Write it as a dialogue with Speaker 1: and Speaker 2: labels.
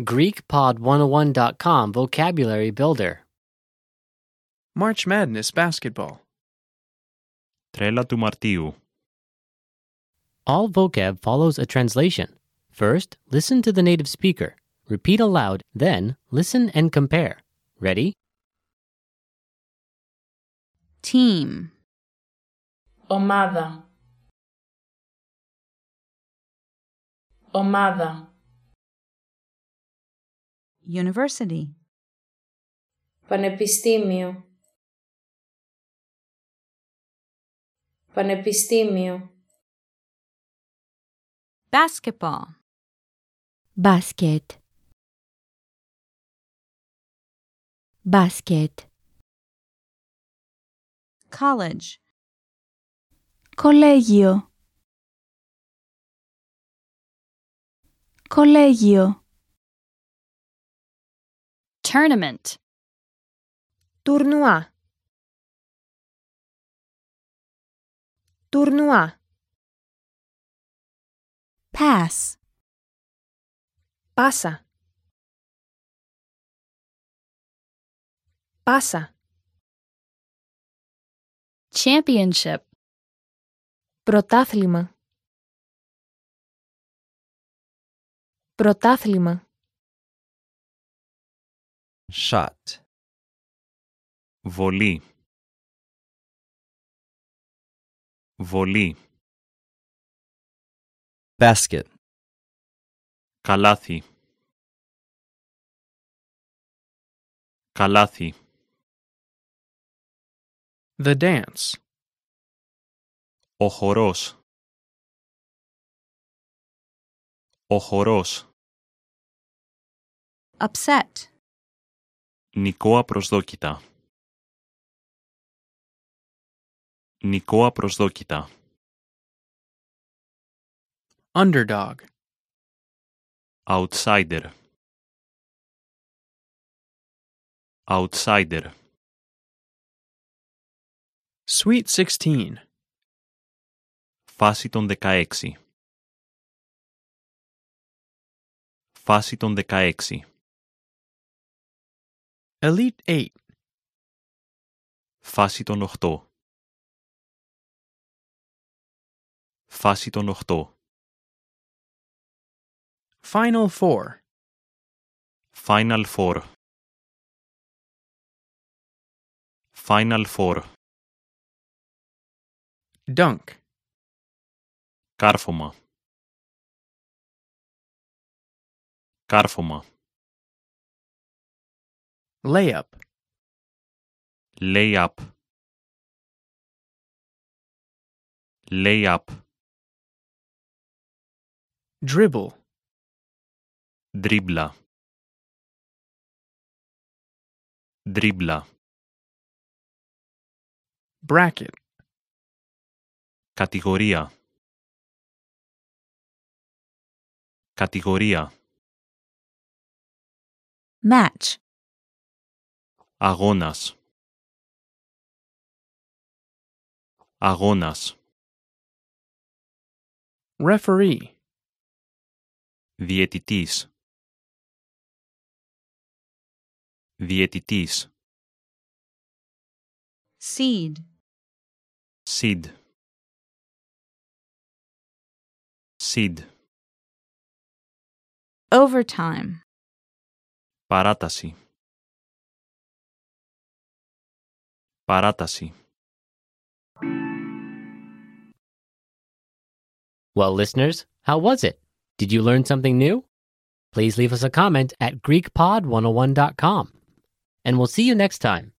Speaker 1: GreekPod101.com Vocabulary Builder.
Speaker 2: March Madness basketball.
Speaker 3: Τρέλα του Μαρτίου.
Speaker 1: All vocab follows a translation. First, listen to the native speaker. Repeat aloud, then, listen and compare. Ready?
Speaker 4: team,
Speaker 5: Ομάδα. Ομάδα.
Speaker 4: university,
Speaker 5: Πανεπιστήμιο. Πανεπιστήμιο.
Speaker 4: basketball,
Speaker 6: Basket. Basket.
Speaker 4: college,
Speaker 6: Collegio. Collegio.
Speaker 7: Tournament.
Speaker 6: Tournoi. Tournoi. Pass. Pasa. Pasa.
Speaker 7: Championship.
Speaker 6: Πρωτάθλημα. Πρωτάθλημα.
Speaker 8: shot,
Speaker 3: Βολή. Βολή.
Speaker 8: basket,
Speaker 3: Καλάθι. Καλάθι.
Speaker 2: The dance.
Speaker 3: Ο χορός. Ο χορός.
Speaker 4: upset,
Speaker 3: Νικό απροσδόκητα. Νικό απροσδόκητα.
Speaker 2: Underdog.
Speaker 3: Outsider. Outsider.
Speaker 2: Sweet 16.
Speaker 3: Φάση των 16. Φάση των 16.
Speaker 2: Elite 8.
Speaker 3: Φάση των 8. Φάση των 8.
Speaker 2: Final 4.
Speaker 3: Final Four. Final Four.
Speaker 2: Dunk.
Speaker 3: Κάρφωμα. Κάρφωμα.
Speaker 2: Layup.
Speaker 3: Layup. Layup.
Speaker 2: Dribble.
Speaker 3: Dribbla. Dribbla.
Speaker 2: Bracket.
Speaker 3: Κατηγορία. Κατηγορία.
Speaker 4: match,
Speaker 3: Αγώνας. Αγώνας.
Speaker 2: Referee.
Speaker 3: Διαιτητής. Διαιτητής.
Speaker 4: seed,
Speaker 3: Seed. Seed.
Speaker 4: overtime,
Speaker 3: Παράταση. Παράταση.
Speaker 1: Well, listeners, how was it? Did you learn something new? oh Please leave us a comment at GreekPod101.com. And we'll see you next time.